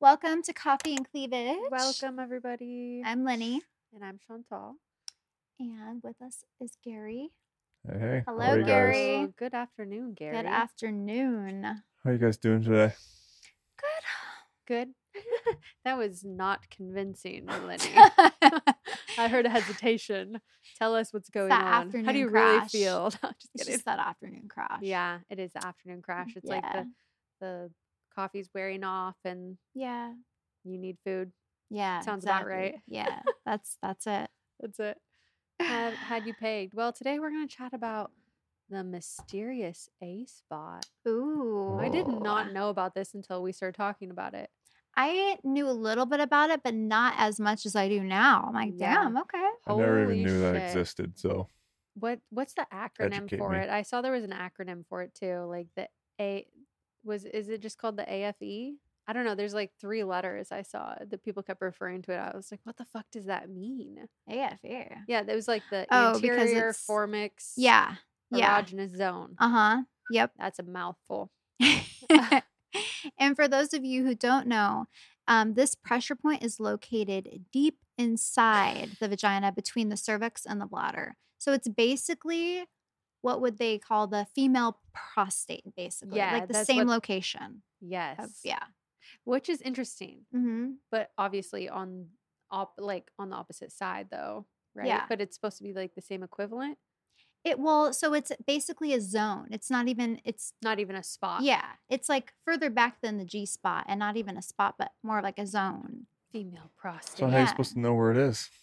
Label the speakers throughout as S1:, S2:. S1: Welcome to Coffee and Cleavage.
S2: Welcome, everybody.
S1: I'm Lenny,
S2: and I'm Chantal.
S1: and with us is Gary.
S3: Hey, hey.
S1: Hello,
S3: how are you Guys?
S1: Gary.
S2: Oh, good afternoon, Gary.
S1: Good afternoon.
S3: How you guys doing today?
S2: Good. that was not convincing, Lenny.
S1: Good.
S2: I heard a hesitation. Tell us what's going
S1: that
S2: on. How
S1: afternoon
S2: do you
S1: crash.
S2: really feel? No, just
S1: it's
S2: kidding.
S1: just that afternoon crash. Mm,
S2: Yeah, it is the afternoon crash. It's like
S1: Yeah.
S2: the the coffee's wearing off and
S1: Yeah.
S2: you need food.
S1: Yeah.
S2: Sounds about
S1: exactly.
S2: right.
S1: Yeah. That's that's it.
S2: That's it. Had, had you pegged? Well, today we're going to chat about the mysterious A spot.
S1: Ooh.
S2: I did
S1: know.
S2: not know about this until we started talking about it.
S1: I knew a little bit about it, but not as much as I do now. I'm like,
S2: Yeah.
S1: damn, okay.
S3: I never even
S2: Holy
S3: knew that
S2: shit.
S3: existed. So
S2: What what's the acronym
S3: Educate
S2: for
S3: me.
S2: it? I saw there was an acronym for it too. Like the A was is it just called the AFE? I don't know. There's like three letters I saw that people kept referring to it. I was like, what the fuck does that mean?
S1: Yeah, fair.
S2: Yeah, that was like the
S1: Oh, because
S2: anterior
S1: it's-
S2: formix
S1: Yeah. Yeah.
S2: erogenous zone.
S1: Uh huh. Yep.
S2: That's a mouthful.
S1: and for those of you who don't know, um, this pressure point is located deep inside the vagina between the cervix and the bladder. So it's basically what would they call the female prostate, basically,
S2: Yeah,
S1: like the
S2: that's
S1: same
S2: what-
S1: location.
S2: Yes.
S1: Of, yeah.
S2: Which is interesting,
S1: Mm-hmm.
S2: but obviously on op- like on the opposite side though, right?
S1: Yeah.
S2: But it's supposed to be like the same equivalent,
S1: It will. So it's basically a zone. It's not even. It's
S2: not even a spot.
S1: yeah. It's like further back than the G spot, and not even a spot, but more like a zone.
S2: Female prostate.
S3: so how you
S1: Yeah.
S3: supposed to know where it is?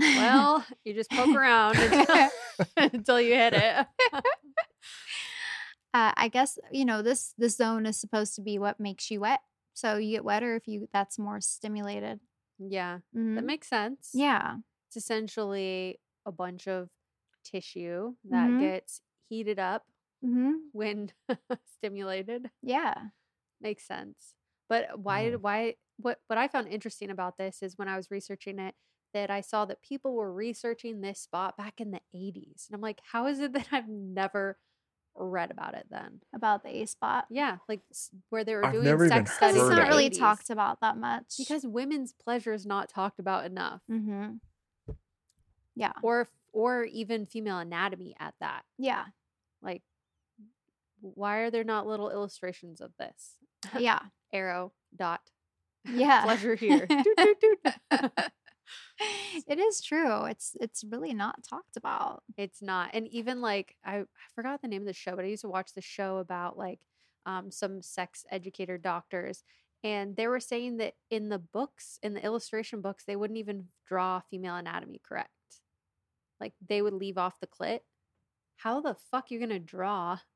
S2: Well, you just poke around until, until you hit it.
S1: uh, I guess you know this this zone is supposed to be what makes you wet. So you get wetter if you that's more stimulated.
S2: Yeah,
S1: Mhm.
S3: Mm-hmm.
S2: that makes sense.
S1: yeah,
S2: It's essentially a bunch of tissue that
S3: Mm-hmm.
S1: Mhm.
S2: gets heated up
S1: hmm
S2: when stimulated.
S1: yeah.
S2: Makes sense. But why
S3: Mm.
S2: did why what what I found interesting about this is when I was researching it that I saw that people were researching this spot back in the 80s. And I'm like, how is it that I've never read about it then?
S1: About the A spot
S2: Yeah, like s- where they were
S3: I've
S2: doing
S3: never even
S2: sex
S1: because
S2: studies.
S3: heard
S1: it's
S2: in the
S1: not
S3: of
S1: really
S2: 80s.
S1: talked about that much.
S2: because women's pleasure is not talked about enough
S1: hmm yeah,
S2: or f- or even female anatomy at that
S1: yeah,
S2: like why are there not little illustrations of this
S1: yeah,
S2: arrow dot
S1: yeah.
S2: pleasure here Doot, doot, doot.
S1: it is true. It's it's really not talked about.
S2: it's not and even like I, I forgot the name of the show but i used to watch the show about like um, some sex educator doctors and they were saying that in the books in the illustration books they wouldn't even draw female anatomy correct like they would leave off the clit how the fuck you gonna draw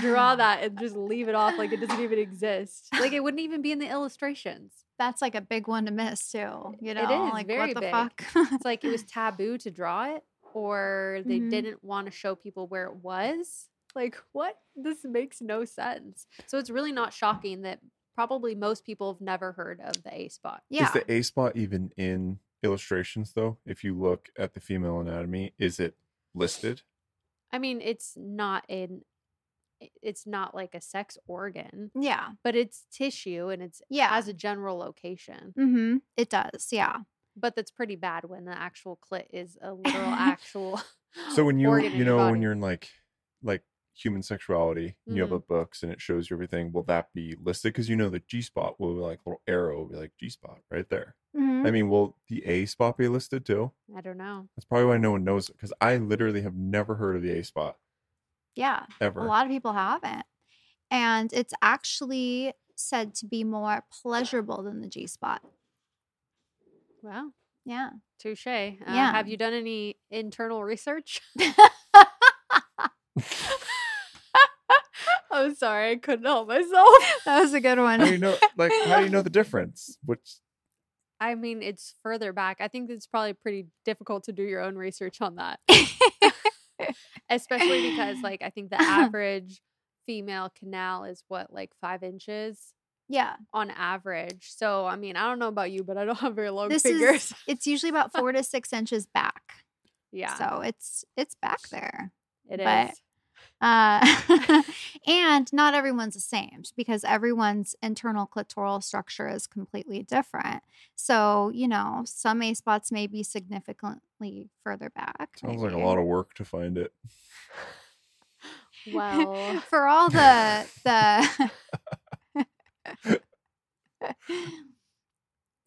S2: draw that and just leave it off like it doesn't even exist like it wouldn't even be in the illustrations
S1: That's like a big one to miss too. You
S2: It
S1: know,
S2: is
S1: like
S2: very
S1: what the
S2: big.
S1: fuck?
S2: it's like it was taboo to draw it or they
S3: Mm-hmm.
S1: Mhm.
S2: didn't want to show people where it was like what this makes no sense so it's really not shocking that probably most people have never heard of the a spot
S1: yeah.
S3: Is the A spot even in illustrations though? If you look at the female anatomy, is it listed?
S2: i mean it's not in i- it's not like a sex organ
S1: yeah.
S2: but it's tissue and it's
S1: Yeah.
S2: has a general location
S1: Mm-hmm. It does. Yeah.
S2: but that's pretty bad when the actual clit is a literal actual
S3: So when you
S2: organ in
S3: you
S2: your
S3: know when
S2: body.
S3: you're in like like human sexuality, and
S1: Mm-hmm.
S3: you have the books and it shows you everything. Will that be listed? Because you know the G spot will be like little arrow will be like G spot right there.
S1: Mhm.
S3: I mean, will the A spot be listed too?
S2: i don't know
S3: That's probably why no one knows it because I literally have never heard of the A spot
S1: Yeah.
S3: ever.
S1: A lot of people haven't. And it's actually said to be more pleasurable than the G spot.
S2: well
S1: Yeah.
S2: Touche. Uh,
S1: Yeah.
S2: Have you done any internal research? I'm sorry, I couldn't help myself.
S1: That was a good
S3: How do you
S1: one.
S3: know? Like, how do you know the difference? Which
S2: I mean, it's further back. I think it's probably pretty difficult to do your own research on that, especially because, like, I think the average female canal is what, like, five inches
S1: yeah.
S2: on average. So, I mean, I don't know about you, but I don't have very long
S1: This
S2: fingers.
S1: is it's usually about four to six inches back.
S2: yeah,
S1: So it's it's back there.
S2: it is.
S1: but- Uh, and not everyone's the same because everyone's internal clitoral structure is completely different. So, you know, some A spots may be significantly further back.
S3: Sounds like a
S1: maybe.
S3: lot of work to find it.
S2: Well,
S1: for all the the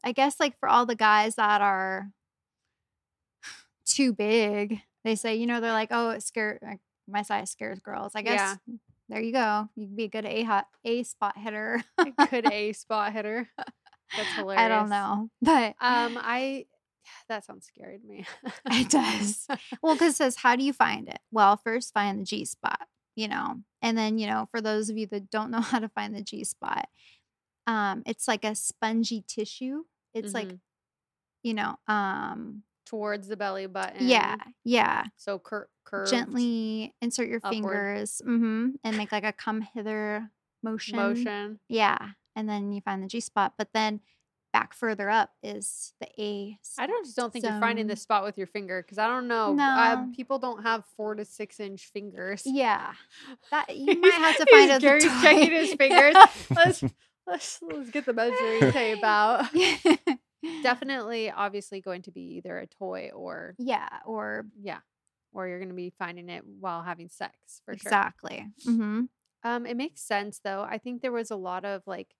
S1: I guess like for all the guys that are too big, they say, you know, they're like, oh, it scares my size scares girls. I guess there you go. You can be a good a hot a spot hitter.
S2: a good A spot hitter. That's hilarious.
S1: I don't know, but
S2: Um, I that sounds scary to me.
S1: It does. Well, because it says, how do you find it? Well, first find the G spot, you know, and then, you know, for those of you that don't know how to find the G spot, um, it's like a spongy tissue. It's like,
S2: Mhm.
S1: you know, um,
S2: towards the belly button.
S1: yeah, yeah.
S2: So cur- curved
S1: Gently insert your
S2: upward.
S1: fingers hmm and make like a come hither motion.
S2: motion.
S1: Yeah. And then you find the G spot. But then back further up is the A
S2: I don't just don't think you're finding the
S1: Zone.
S2: spot with your finger because I don't know. Uh,
S1: No.
S2: people don't have four to six inch fingers.
S1: Yeah, that you
S2: He's-
S1: might have to
S2: he's-
S1: find a
S2: Gary's
S1: toy.
S2: checking his fingers. let's, let's let's get the measuring tape out. Definitely, obviously, going to be either a toy or
S1: Yeah, or
S2: yeah, or you're going to be finding it while having sex for sure.
S1: exactly. hmm
S2: Um, it makes sense though. I think there was a lot of like,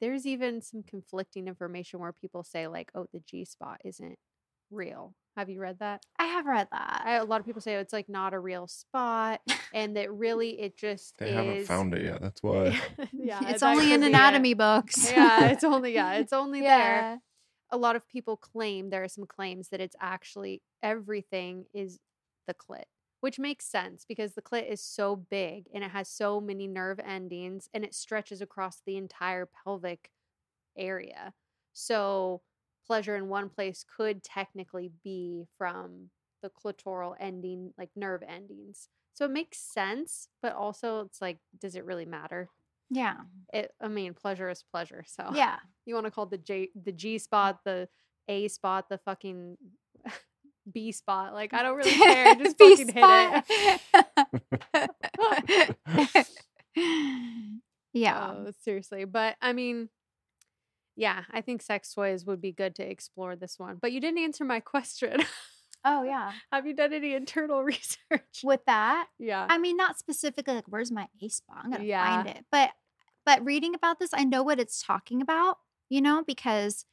S2: there's even some conflicting information where people say like, oh, the G spot isn't real. Have you read that?
S1: I have read
S3: Uh,
S1: that.
S2: I, a lot of people say oh, it's like not a real spot, and that really it just
S3: They
S2: is.
S3: haven't found it yet. That's why.
S2: yeah,
S1: it's
S2: that
S1: only
S2: could
S1: in
S2: be it.
S1: anatomy books.
S2: yeah, it's only yeah, it's only there.
S1: yeah.
S2: A lot of people claim there are some claims that it's actually everything is the clit, which makes sense because the clit is so big and it has so many nerve endings and it stretches across the entire pelvic area. So pleasure in one place could technically be from the clitoral ending, like nerve endings. So it makes sense, but also it's like, does it really matter?
S1: yeah,
S2: It, I mean, pleasure is pleasure. So
S1: yeah,
S2: you want to call the J the G
S1: Mm.
S2: spot, the A spot, the fucking B spot. Like I don't really care. Just
S1: Be
S2: fucking hit it.
S1: spot. yeah,
S2: Oh, seriously. But I mean, yeah, I think sex toys would be good to explore this one. But you didn't answer my question.
S1: oh yeah.
S2: Have you done any internal research?
S1: With that,
S2: Yeah.
S1: I mean, not specifically like where's my A spot? I'm gonna
S2: Yeah.
S1: find it. But but reading about this, I know what it's talking about, you know, because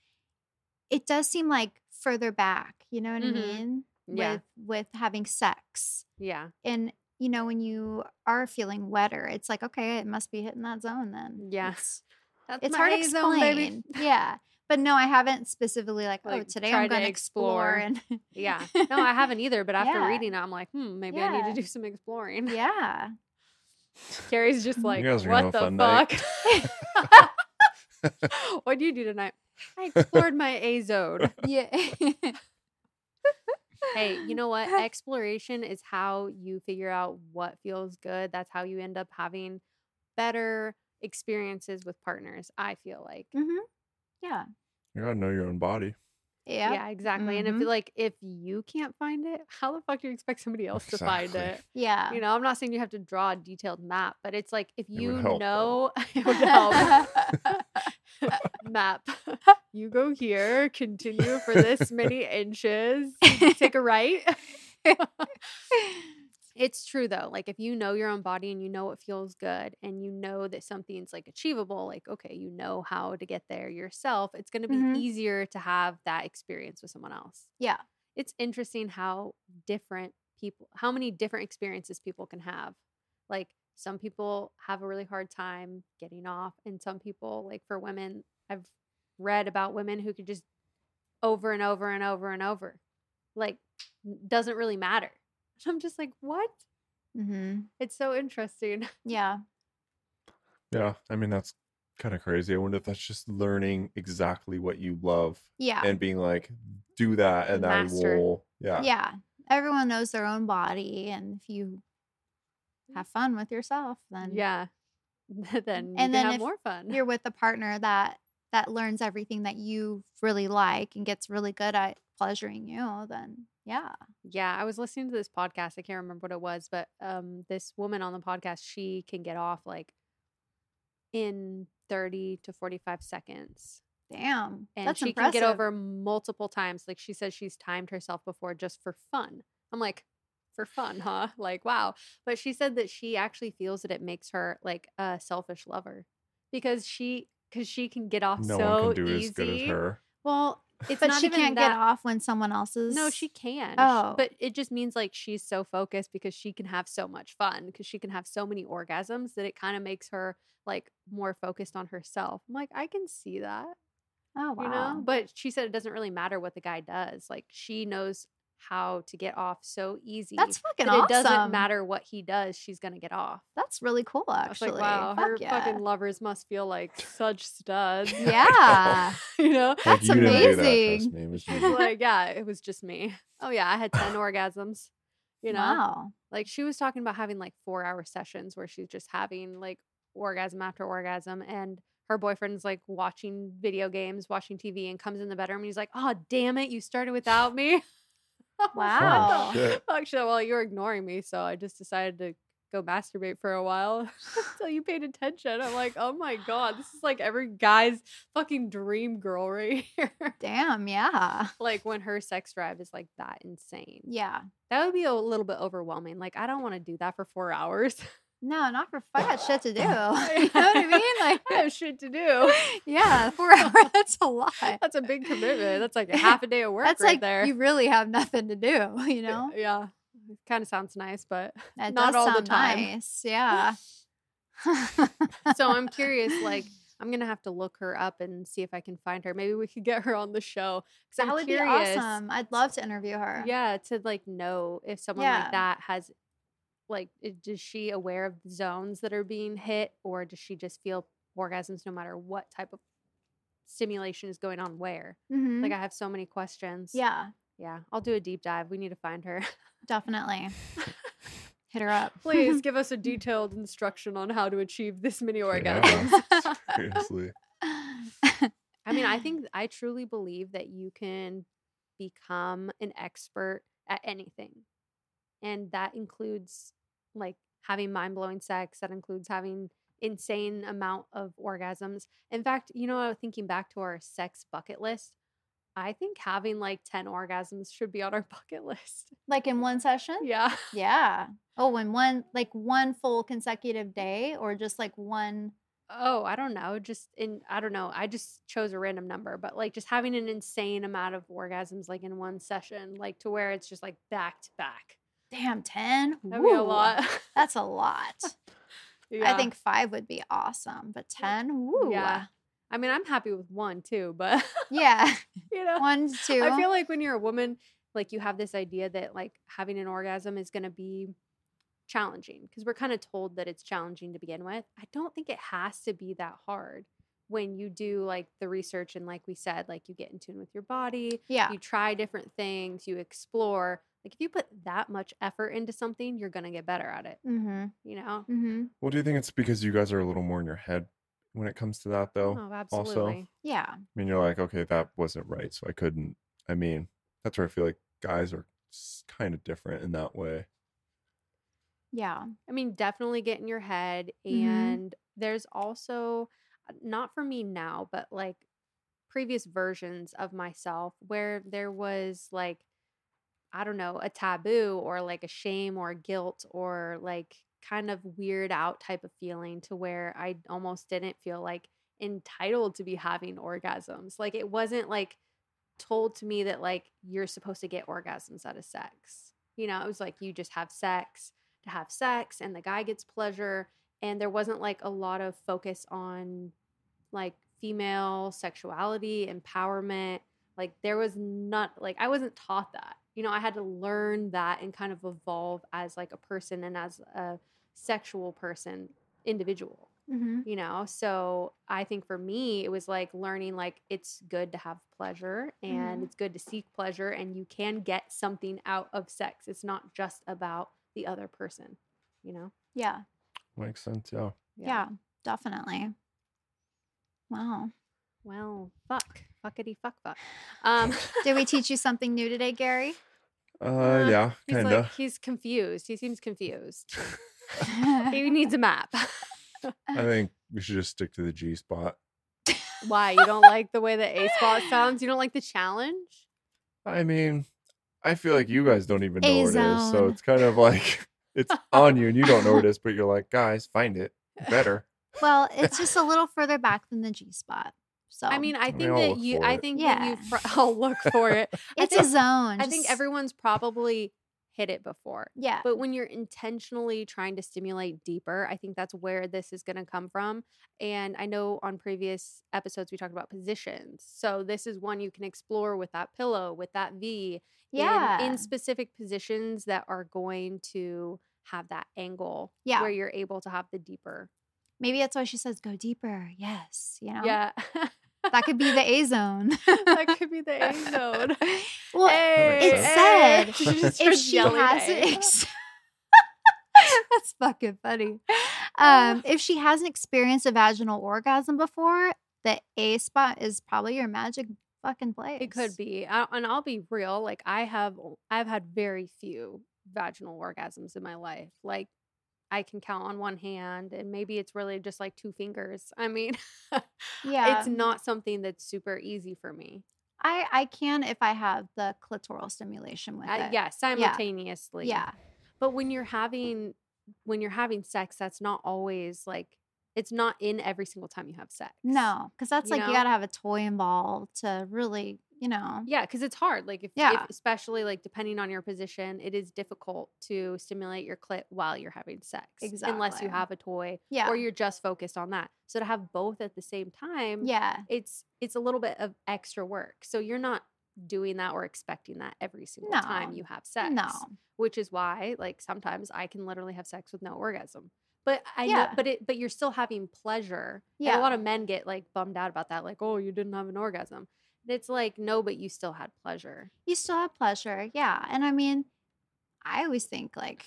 S1: it does seem like further back, you know what
S2: Mhm.
S1: I mean?
S2: Yeah.
S1: With with having sex.
S2: yeah.
S1: And you know, when you are feeling wetter, it's like, okay, it must be hitting that zone then.
S2: Yeah.
S1: It's,
S2: That's
S1: it's
S2: my
S1: hard to
S2: A
S1: explain.
S2: zone, baby.
S1: Yeah. But no, I haven't specifically like, oh,
S2: Like,
S1: today
S2: try
S1: I'm
S2: to
S1: gonna explore,
S2: explore.
S1: and
S2: Yeah. No, I haven't either, but after
S1: Yeah.
S2: reading it, I'm like, hmm, maybe I need
S1: Yeah.
S2: to do some exploring.
S1: yeah.
S2: Carrie's just like,
S3: guys are gonna
S2: what
S3: have
S2: the
S3: a fun
S2: fuck?
S3: night."
S2: What'd you do tonight? I explored my A zone.
S1: Yeah.
S2: Hey, you know what? Exploration is how you figure out what feels good. That's how you end up having better experiences with partners, I feel like.
S1: Mm-hmm. Yeah.
S3: You gotta know your own body.
S1: Yeah.
S2: Yeah, exactly. And
S1: Mhm.
S2: if like if you can't find it, how the fuck do you expect somebody else to find
S3: Exactly.
S2: it?
S1: Yeah.
S2: You know, I'm not saying you have to draw a detailed map, but it's like if
S3: would
S2: you
S3: help,
S2: know
S3: though.
S2: it would help. map. You go here, continue for this many inches, take a right. it's true though. Like if you know your own body and you know what feels good and you know that something's like achievable, like okay, you know how to get there yourself, it's going to be
S1: Mhm.
S2: easier to have that experience with someone else.
S1: Yeah.
S2: It's interesting how different people how many different experiences people can have. Like some people have a really hard time getting off and some people like for women I've read about women who could just over and over and over and over like n- doesn't really matter i'm just like what
S1: mm-hmm.
S2: it's so interesting
S1: Yeah.
S3: Yeah. I mean, that's kind of crazy. I wonder if that's just learning exactly what you love
S1: Yeah.
S3: and being like, do that and
S2: Master.
S3: I will. Yeah.
S1: yeah. Everyone knows their own body, and if you have fun with yourself, then
S2: yeah then you
S1: And
S2: can
S1: then
S2: have
S1: if
S2: more fun
S1: you're with a partner that that learns everything that you really like and gets really good at pleasuring you. Then Yeah.
S2: Yeah, I was listening to this podcast. I can't remember what it was, but um, this woman on the podcast, she can get off like in 30 to 45 seconds.
S1: Damn.
S2: And
S1: That's
S2: she
S1: impressive.
S2: can get over multiple times. Like she says she's timed herself before just for fun. I'm like, for fun, huh? Like, wow. But she said that she actually feels that it makes her like a selfish lover because she because she can get off
S3: No
S2: so
S3: one can do
S2: easy.
S3: as good as her.
S2: Well, it's
S1: but
S2: not
S1: she
S2: even
S1: can't
S2: that
S1: get off when someone else's.
S2: no, she can. Sh-
S1: Oh.
S2: But it just means like she's so focused because she can have so much fun because she can have so many orgasms that it kind of makes her like more focused on herself. I'm like, I can see that,
S1: Oh wow.
S2: you know? But she said it doesn't really matter what the guy does. Like she knows how to get off so easy.
S1: That's fucking
S2: that
S1: awesome.
S2: it doesn't matter what he does, she's going to get off.
S1: That's really cool,
S2: I was
S1: actually.
S2: like, wow,
S1: Fuck
S2: her
S1: yeah.
S2: fucking lovers must feel like such studs,
S1: yeah.
S2: you know?
S1: That's
S3: you didn't do that,
S1: amazing.
S3: trust me, it was
S2: She's
S3: you.
S2: like, yeah, it was just me. Oh yeah, I had ten orgasms. You know,
S1: Wow.
S2: like she was talking about having like four hour sessions where she's just having like orgasm after orgasm, and her boyfriend's like watching video games, watching TV, and comes in the bedroom and he's like, "Oh damn it, you started without me." I was like,
S1: Wow.
S2: "Oh,
S3: Shit.
S2: fuck, she's like, well, you were ignoring me, so I just decided to go masturbate for a while until you paid attention. I'm like, oh my god, this is like every guy's fucking dream girl right here.
S1: Damn. Yeah.
S2: like when her sex drive is like that insane.
S1: Yeah.
S2: That would be a little bit overwhelming. Like I don't want to do that for four hours.
S1: No, not for fuck. I got shit to do. you know what I
S2: I have shit to do.
S1: mean? Like, yeah, four hours. That's a lot.
S2: That's a big commitment. That's like a half a day of work
S1: That's
S2: right
S1: like
S2: there. Uh,
S1: you really have nothing to do. You know,
S2: Yeah. Kind of sounds nice, but
S1: that
S2: not
S1: does
S2: all the
S1: sound
S2: time.
S1: nice. Yeah.
S2: So I'm curious, like, I'm gonna have to look her up and see if I can find her. Maybe we could get her on the show. 'Cause
S1: that
S2: I'm
S1: would
S2: curious,
S1: be awesome. I'd love to interview her.
S2: Yeah, to like know if someone
S1: Yeah.
S2: like that has, like, i- is she aware of the zones that are being hit, or does she just feel orgasms no matter what type of stimulation is going on where?
S1: Mhm.
S2: Like, I have so many questions.
S1: yeah,
S2: Mm-hmm. yeah. I'll do a deep dive. We need to find her.
S1: definitely. Hit her up,
S2: Please give us a detailed instruction on how to achieve this many
S3: Yeah.
S2: orgasms.
S3: Seriously.
S2: I mean, I think I truly believe that you can become an expert at anything. And that includes like having mind-blowing sex, that includes having insane amount of orgasms. In fact, you know, I was thinking back to our sex bucket list. I think having like 10 orgasms should be on our bucket list.
S1: like in one session.
S2: Yeah.
S1: Yeah. Oh, in one like one full consecutive day, or just like one.
S2: Oh, I don't know. Just in I don't know. I just chose a random number, but like just having an insane amount of orgasms like in one session, like to where it's just like back to back.
S1: Damn, ten.
S2: That'd be a
S1: Woo.
S2: lot.
S1: That's a lot. I
S2: Yeah.
S1: think five would be awesome, but ten. Woo.
S2: Yeah. I mean, I'm happy with one too, but
S1: Yeah.
S2: you know,
S1: One, two.
S2: I feel like when you're a woman, like you have this idea that like having an orgasm is going to be challenging because we're kind of told that it's challenging to begin with. I don't think it has to be that hard when you do like the research and like we said, like you get in tune with your body,
S1: yeah.
S2: you try different things, you explore. Like if you put that much effort into something, you're going to get better at it,
S1: Mm-hmm.
S2: you know?
S1: Mm-hmm.
S3: Well, do you think it's because you guys are a little more in your head when it comes to that, though?
S2: Oh, absolutely.
S1: Yeah.
S3: I mean, you're like, okay, that wasn't right, so I couldn't. I mean, that's where I feel like guys are kind of different in that way.
S1: Yeah.
S2: I mean, definitely get in your head.
S1: Mhm.
S2: And there's also, uh, not for me now, but like previous versions of myself where there was like, I don't know, a taboo or like a shame or guilt or like kind of weird out type of feeling to where I almost didn't feel like entitled to be having orgasms. Like it wasn't like told to me that like you're supposed to get orgasms out of sex. You know, it was like you just have sex to have sex and the guy gets pleasure and there wasn't like a lot of focus on like female sexuality empowerment like there was not like i wasn't taught that you know i had to learn that and kind of evolve as like a person and as a sexual person individual
S1: Mm-hmm.
S2: you know so i think for me it was like learning like it's good to have pleasure and
S1: Mhm.
S2: it's good to seek pleasure and you can get something out of sex it's not just about the other person you know
S1: Yeah.
S3: Makes sense, yeah.
S1: yeah. Definitely. Wow.
S2: well fuck fuckity fuck fuck um
S1: Did we teach you something new today, Gary?
S3: Uh,
S2: Uh,
S3: yeah,
S2: He's
S3: kind
S2: like
S3: of.
S2: he's confused. He seems confused. he needs a map.
S3: I think we should just stick to the G spot.
S2: Why? You don't like the way the A spot sounds? You don't like the challenge?
S3: I mean, I feel like you guys don't even know what it is, so
S1: A-zone.
S3: it's kind of like it's on you, and you don't know what it is, but you're like, guys, find it better.
S1: well, it's just a little further back than the G spot. So
S2: I mean, I
S3: mean,
S2: think
S3: I'll
S2: that
S3: look
S2: you
S3: for
S2: I
S3: it.
S2: think that you
S1: Yeah.
S2: fr- I'll look for it. I
S1: it's
S2: think-
S1: a zone.
S2: I think
S1: just-
S2: everyone's probably hit it before.
S1: yeah.
S2: But when you're intentionally trying to stimulate deeper, I think that's where this is going to come from. And I know on previous episodes we talked about positions. So this is one you can explore with that pillow, with that V, in-
S1: Yeah.
S2: in, specific positions that are going to have that angle
S1: Yeah.
S2: where you're able to have the deeper.
S1: Maybe that's why she says go deeper. Yes. You know?
S2: Yeah.
S1: That could be the A zone.
S2: that could be the A zone.
S1: well,
S3: it
S1: said
S3: if
S1: if she hasn't ex- that's fucking funny um if she hasn't experienced a vaginal orgasm before the a spot is probably your magic fucking place
S2: It could be, I, and I'll be real. Like I have, I've had very few vaginal orgasms in my life. Like I can count on one hand, and maybe it's really just like two fingers. I mean,
S1: yeah
S2: it's not something that's super easy for me.
S1: i i can if i have the clitoral stimulation with
S2: Uh,
S1: it
S2: yeah, simultaneously.
S1: yeah
S2: but when you're having, when you're having sex, that's not always like it's not in every single time you have sex.
S1: no because that's
S2: You
S1: like
S2: know?
S1: you gotta have a toy involved to really you know
S2: Yeah, because it's hard. Like, if,
S1: Yeah.
S2: if especially like depending on your position, it is difficult to stimulate your clit while you're having sex, unless
S1: Exactly.
S2: you have a toy
S1: yeah
S2: or you're just focused on that. So to have both at the same time,
S1: yeah
S2: it's it's a little bit of extra work. So you're not doing that or expecting that every single time
S1: No.
S2: you have sex.
S1: no
S2: which is why like sometimes I can literally have sex with no orgasm. But I know,
S1: Yeah.
S2: but it, but you're still having pleasure. And a lot of men get like bummed out about that, like, oh, you didn't have an orgasm. And it's like, no, but you still had pleasure.
S1: you still have pleasure. Yeah. And I mean, I always think like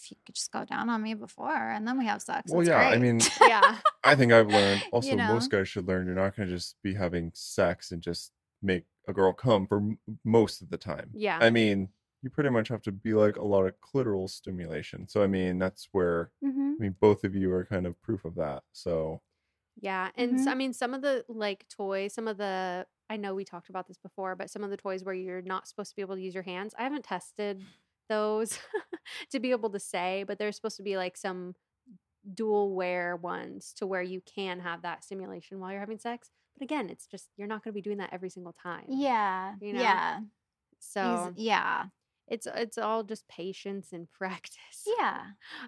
S1: if you could just go down on me before and then we have sex.
S3: Well,
S1: it's
S3: yeah, I
S1: great.
S3: mean-
S2: Yeah,
S3: I think I've learned.
S1: You
S3: Also, most guys should learn you're not going to just be having sex and just make a girl come for m- most of the time.
S2: yeah,
S3: I mean, you pretty much have to be like a lot of clitoral stimulation. So, I mean, that's where,
S1: Mhm.
S3: I mean, both of you are kind of proof of that. So,
S2: yeah. And so,
S1: Mhm.
S2: I mean, some of the like toys, some of the I know we talked about this before, but some of the toys where you're not supposed to be able to use your hands. I haven't tested those to be able to say, but there's supposed to be like some dual wear ones to where you can have that stimulation while you're having sex. But again, it's just you're not going to be doing that every single time.
S1: Yeah.
S2: You know,
S1: Yeah. Easy-
S2: So
S1: yeah.
S2: it's it's all just patience and practice.
S1: Yeah.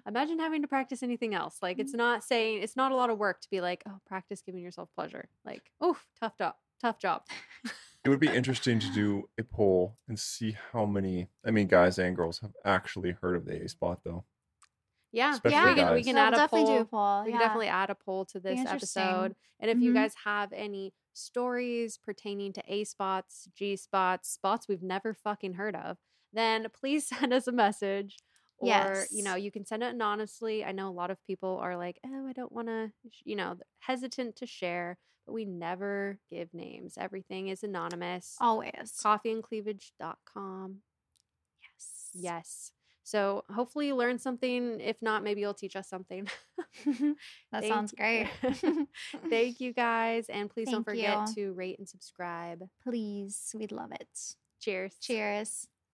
S2: Imagine having to practice anything else. Like
S3: Mm-hmm.
S2: it's not saying it's not a lot of work to be like, oh, practice giving yourself pleasure. Like, oof, tough job, tough job.
S3: it would be interesting to do a poll and see how many, I mean, guys and girls have actually heard of the A spot, though.
S2: Yeah,
S3: Especially
S2: we can we
S3: guys.
S2: can
S1: We'll
S2: add a
S1: definitely
S2: poll.
S1: do a poll.
S2: We
S1: Oh, yeah.
S2: can definitely add a poll to
S1: Be
S2: this
S1: interesting.
S2: episode. And if you
S1: Mhm.
S2: guys have any stories pertaining to A spots, G spots, spots we've never fucking heard of, then please send us a message. Or, you
S1: Yes.
S2: know, you can send it anonymously. I know a lot of people are like, oh, I don't want to, you know, hesitant to share, but we never give names. Everything is anonymous.
S1: always.
S2: Coffeeandcleavage.com.
S1: Yes.
S2: Yes. So hopefully you learned something. If not, maybe you'll teach us something.
S1: that
S2: Thank
S1: sounds great.
S2: you. Thank you guys. And please don't
S1: Thank
S2: forget
S1: you.
S2: to rate and subscribe.
S1: Please. We'd love it.
S2: Cheers.
S1: Cheers.